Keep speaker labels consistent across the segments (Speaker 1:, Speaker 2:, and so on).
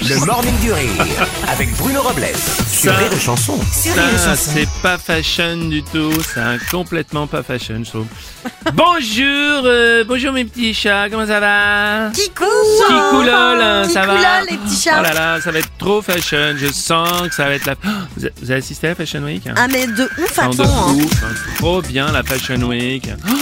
Speaker 1: Le morning du rire avec Bruno Robles sur
Speaker 2: Ça-
Speaker 1: Rire et Chanson.
Speaker 2: Ça, c'est pas fashion du tout. C'est un complètement pas fashion, je trouve. bonjour, euh, bonjour mes petits chats. Comment ça va
Speaker 3: Kikou
Speaker 2: Kikou lol, hein, ça
Speaker 3: Kikou
Speaker 2: va
Speaker 3: lol, les petits
Speaker 2: Oh
Speaker 3: chats
Speaker 2: là là, ça va être trop fashion. Je sens que ça va être la. Oh, vous, avez- vous avez assisté à la Fashion Week hein
Speaker 3: Ah mais de ouf à
Speaker 2: Tant de
Speaker 3: fond hein.
Speaker 2: ouf, hein. Trop bien la Fashion Week. Oh,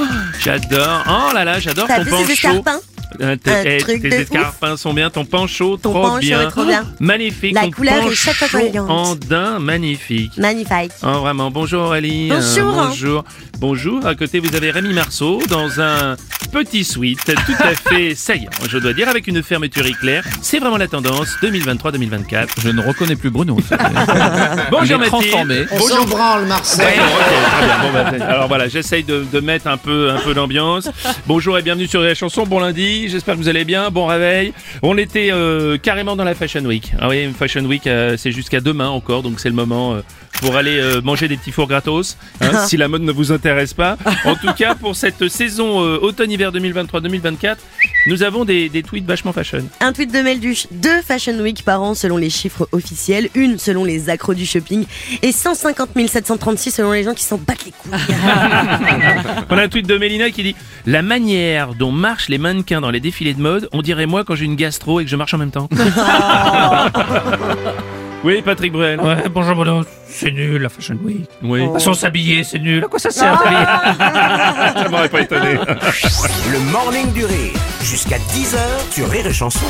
Speaker 2: j'adore. Oh là là, j'adore
Speaker 3: T'as
Speaker 2: ton
Speaker 3: vu ces
Speaker 2: pancho.
Speaker 3: escarpins
Speaker 2: Euh, t'es-
Speaker 3: Un
Speaker 2: eh,
Speaker 3: truc de
Speaker 2: tes
Speaker 3: ouf.
Speaker 2: escarpins sont bien, ton pancho,
Speaker 3: Ton
Speaker 2: trop,
Speaker 3: pancho est
Speaker 2: bien.
Speaker 3: trop bien.
Speaker 2: Oh, magnifique.
Speaker 3: La
Speaker 2: ton
Speaker 3: couleur est
Speaker 2: pancho
Speaker 3: chatoyante.
Speaker 2: En daim, magnifique.
Speaker 3: Magnifique
Speaker 2: Oh, vraiment, bonjour Aurélie. Euh,
Speaker 3: Bonjour.
Speaker 2: bonjour. Bonjour. À côté, vous avez Rémi Marceau dans un petit suite tout à fait saillant, je dois dire, avec une fermeture éclair. C'est vraiment la tendance 2023-2024.
Speaker 4: Je ne reconnais plus Bruno.
Speaker 2: Bonjour
Speaker 4: Il est
Speaker 2: Mathilde.
Speaker 4: transformé.
Speaker 5: On s'en branle,
Speaker 2: Ouais,
Speaker 5: Marcel.
Speaker 2: ok, très bien. Bon, bah, alors voilà, j'essaye de, de mettre un peu, un peu d'ambiance. Bonjour et bienvenue sur la chanson. Bon lundi, j'espère que vous allez bien. Bon réveil. On était euh, carrément dans la Fashion Week. Ah oui, une Fashion Week, euh, c'est jusqu'à demain encore, donc c'est le moment euh, pour aller euh, manger des petits fours gratos, hein, si la mode ne vous intéresse pas. En tout cas, pour cette saison euh, automne-hiver 2023-2024, nous avons des, des tweets vachement fashion.
Speaker 3: Un tweet de Melduche, deux Fashion Week par an selon les chiffres officiels, une selon les accros du shopping et 150 736 selon les gens qui s'en battent les couilles.
Speaker 2: On a un tweet de Mélina qui dit La manière dont marchent les mannequins dans les défilés de mode, on dirait moi quand j'ai une gastro et que je marche en même temps. oui, Patrick Bruel.
Speaker 6: Ouais, bonjour Bruno, c'est nul la Fashion Week.
Speaker 2: Oui,
Speaker 6: Sans s'habiller, c'est nul. À quoi ça sert s'habiller
Speaker 2: ça m'aurait pas étonné.
Speaker 1: Le morning du rire jusqu'à 10h sur Rire et Chanson.